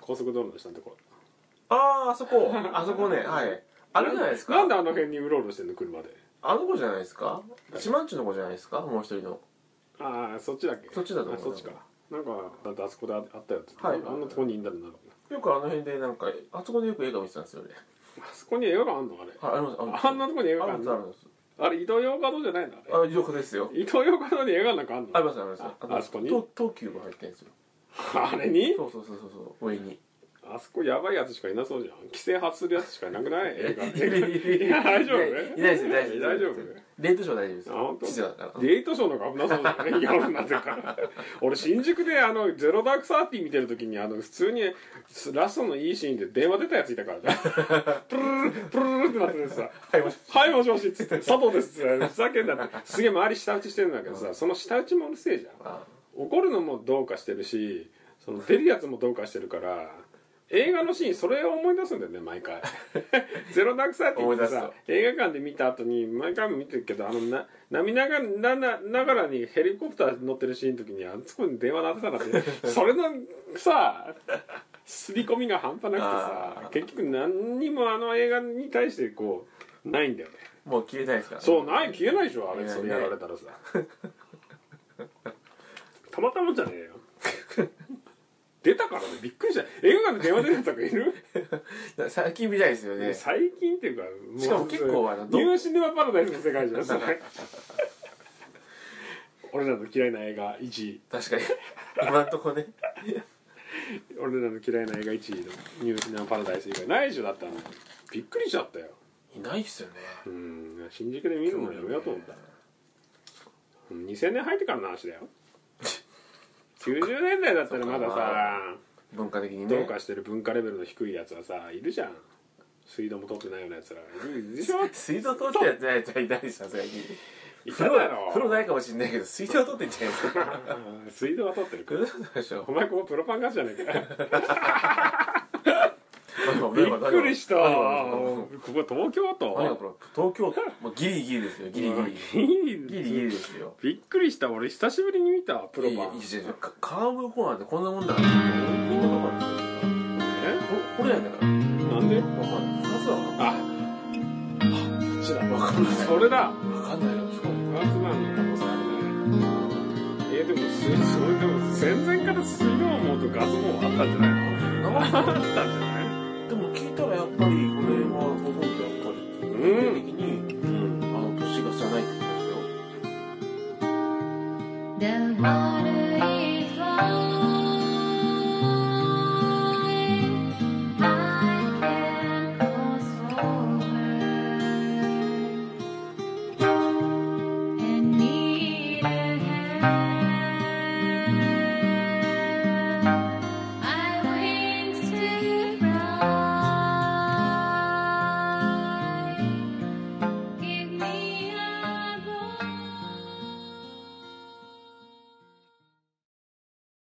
Speaker 1: 高速道路の下のとこ
Speaker 2: あーあそこ あそこねはいあれじゃないですか
Speaker 1: なんであの辺にうろうろしてんの車で
Speaker 2: あの子じゃないですか島んちの子じゃないですかもう一人の
Speaker 1: ああそっちだっけ
Speaker 2: そっちだと思う
Speaker 1: あそっちかなんかだってあそこであったやつ、
Speaker 2: はい
Speaker 1: あんなとこにいんだろうな
Speaker 2: よくあの辺でなんかあそこでよく映画見てたんですよね
Speaker 1: あそこに映画館あんのあれ
Speaker 2: あありますあります
Speaker 1: あんなとこに映画館
Speaker 2: あ
Speaker 1: あ
Speaker 2: る
Speaker 1: ん
Speaker 2: んですある
Speaker 1: の
Speaker 2: んです
Speaker 1: あれ伊藤洋華堂じゃないのあれ
Speaker 2: あよくですよ
Speaker 1: 伊藤洋華堂に映画なんかあんの
Speaker 2: ありますあります
Speaker 1: あ
Speaker 2: と
Speaker 1: あそこに
Speaker 2: 東東急が入ってるんですよ
Speaker 1: あれに
Speaker 2: そうそうそうそうそう上に
Speaker 1: あそこやばいやつしかいなそうじゃん規制発するやつしかいなくない映画
Speaker 2: い
Speaker 1: や大丈夫
Speaker 2: いないいないですよ大丈夫
Speaker 1: 大丈夫
Speaker 2: レートショー大丈夫です
Speaker 1: あ本当
Speaker 2: 記事だから
Speaker 1: デートショーの方が危なそうだよね夜になってるから俺新宿であの「ゼロダークサーティー見てる時にあの普通にラストのいいシーンで電話出たやついたからねプルルルプルルルってなっててさ
Speaker 2: はいもし
Speaker 1: 「はいもしもし」っつって「佐藤です」っつってふざけんなってすげえ周り舌打ちしてるんだけどさその舌打ちもうるせえじゃん
Speaker 2: あ
Speaker 1: 怒るのもどうかしてるしその出るやつもどうかしてるから映画のシーンそれを思い出すんだよね毎回 「ゼロダークサーティー」ってさ
Speaker 2: 思い
Speaker 1: 映画館で見た後に毎回も見てるけどあのな涙がななながらにヘリコプター乗ってるシーンの時にあそこに電話鳴ってたからってそれのさ刷り込みが半端なくて
Speaker 2: あ
Speaker 1: さ
Speaker 2: ー
Speaker 1: 結局何にもあの映画に対してこうないんだよね
Speaker 2: もう消えないですから、ね、
Speaker 1: そうない消えないでしょあれ
Speaker 2: 消えない
Speaker 1: それやられたらさ たまたまじゃねえよ 出たからねびっくりした映画館で電話出るやつとかいる
Speaker 2: だ最近見ないですよね
Speaker 1: 最近っていうかう
Speaker 2: しかも結構あの
Speaker 1: ニューシネマパラダイスの世界じゃんそれ俺らの嫌いな映画1位
Speaker 2: 確かに今んとこね
Speaker 1: 俺らの嫌いな映画1位のニューシネマパラダイス以外ないでしょだったらびっくりしちゃったよ
Speaker 2: いないっすよね
Speaker 1: うん新宿で見るのやめようと思った2000年入ってからの話だよ90年代だったらまだ
Speaker 2: そっか
Speaker 1: さ
Speaker 2: 文化的にね
Speaker 1: どうかしてる文化レベルの低いやつはさいるじゃん水道も取ってないようなやつらいるでしょ
Speaker 2: 水道通ってやってないやつはいないですさすがに
Speaker 1: いた
Speaker 2: 風
Speaker 1: だ
Speaker 2: 呂
Speaker 1: ろ
Speaker 2: 風呂ないかもしんないけど水道通ってんじゃないです か
Speaker 1: うん水道は取ってるか
Speaker 2: 風呂通ってでし
Speaker 1: お
Speaker 2: ょ
Speaker 1: 前ここプロパンガスじゃねえ か
Speaker 2: び
Speaker 1: びっくりしたここ東京
Speaker 2: 何が
Speaker 1: 都
Speaker 2: これ東京もうギリギリですよギリギリギリギリですよ
Speaker 1: びっくりした俺久しぶりに見たプロ
Speaker 2: いや
Speaker 1: パ
Speaker 2: い
Speaker 1: ン
Speaker 2: やいやいやかカーブコーナーってこんなもんだからみんなわかるん
Speaker 1: え
Speaker 2: ですよここれやんだからわ
Speaker 1: なんで
Speaker 2: かんない2つは
Speaker 1: ああこっちだ
Speaker 2: わかんない
Speaker 1: それだ
Speaker 2: わかんないよしかも
Speaker 1: ワークマンの可能性あるねえでもすそれでも戦前から水道網とガス網あったんじゃないの
Speaker 2: 生
Speaker 1: あったんじゃない
Speaker 2: でも聞いたらやっぱり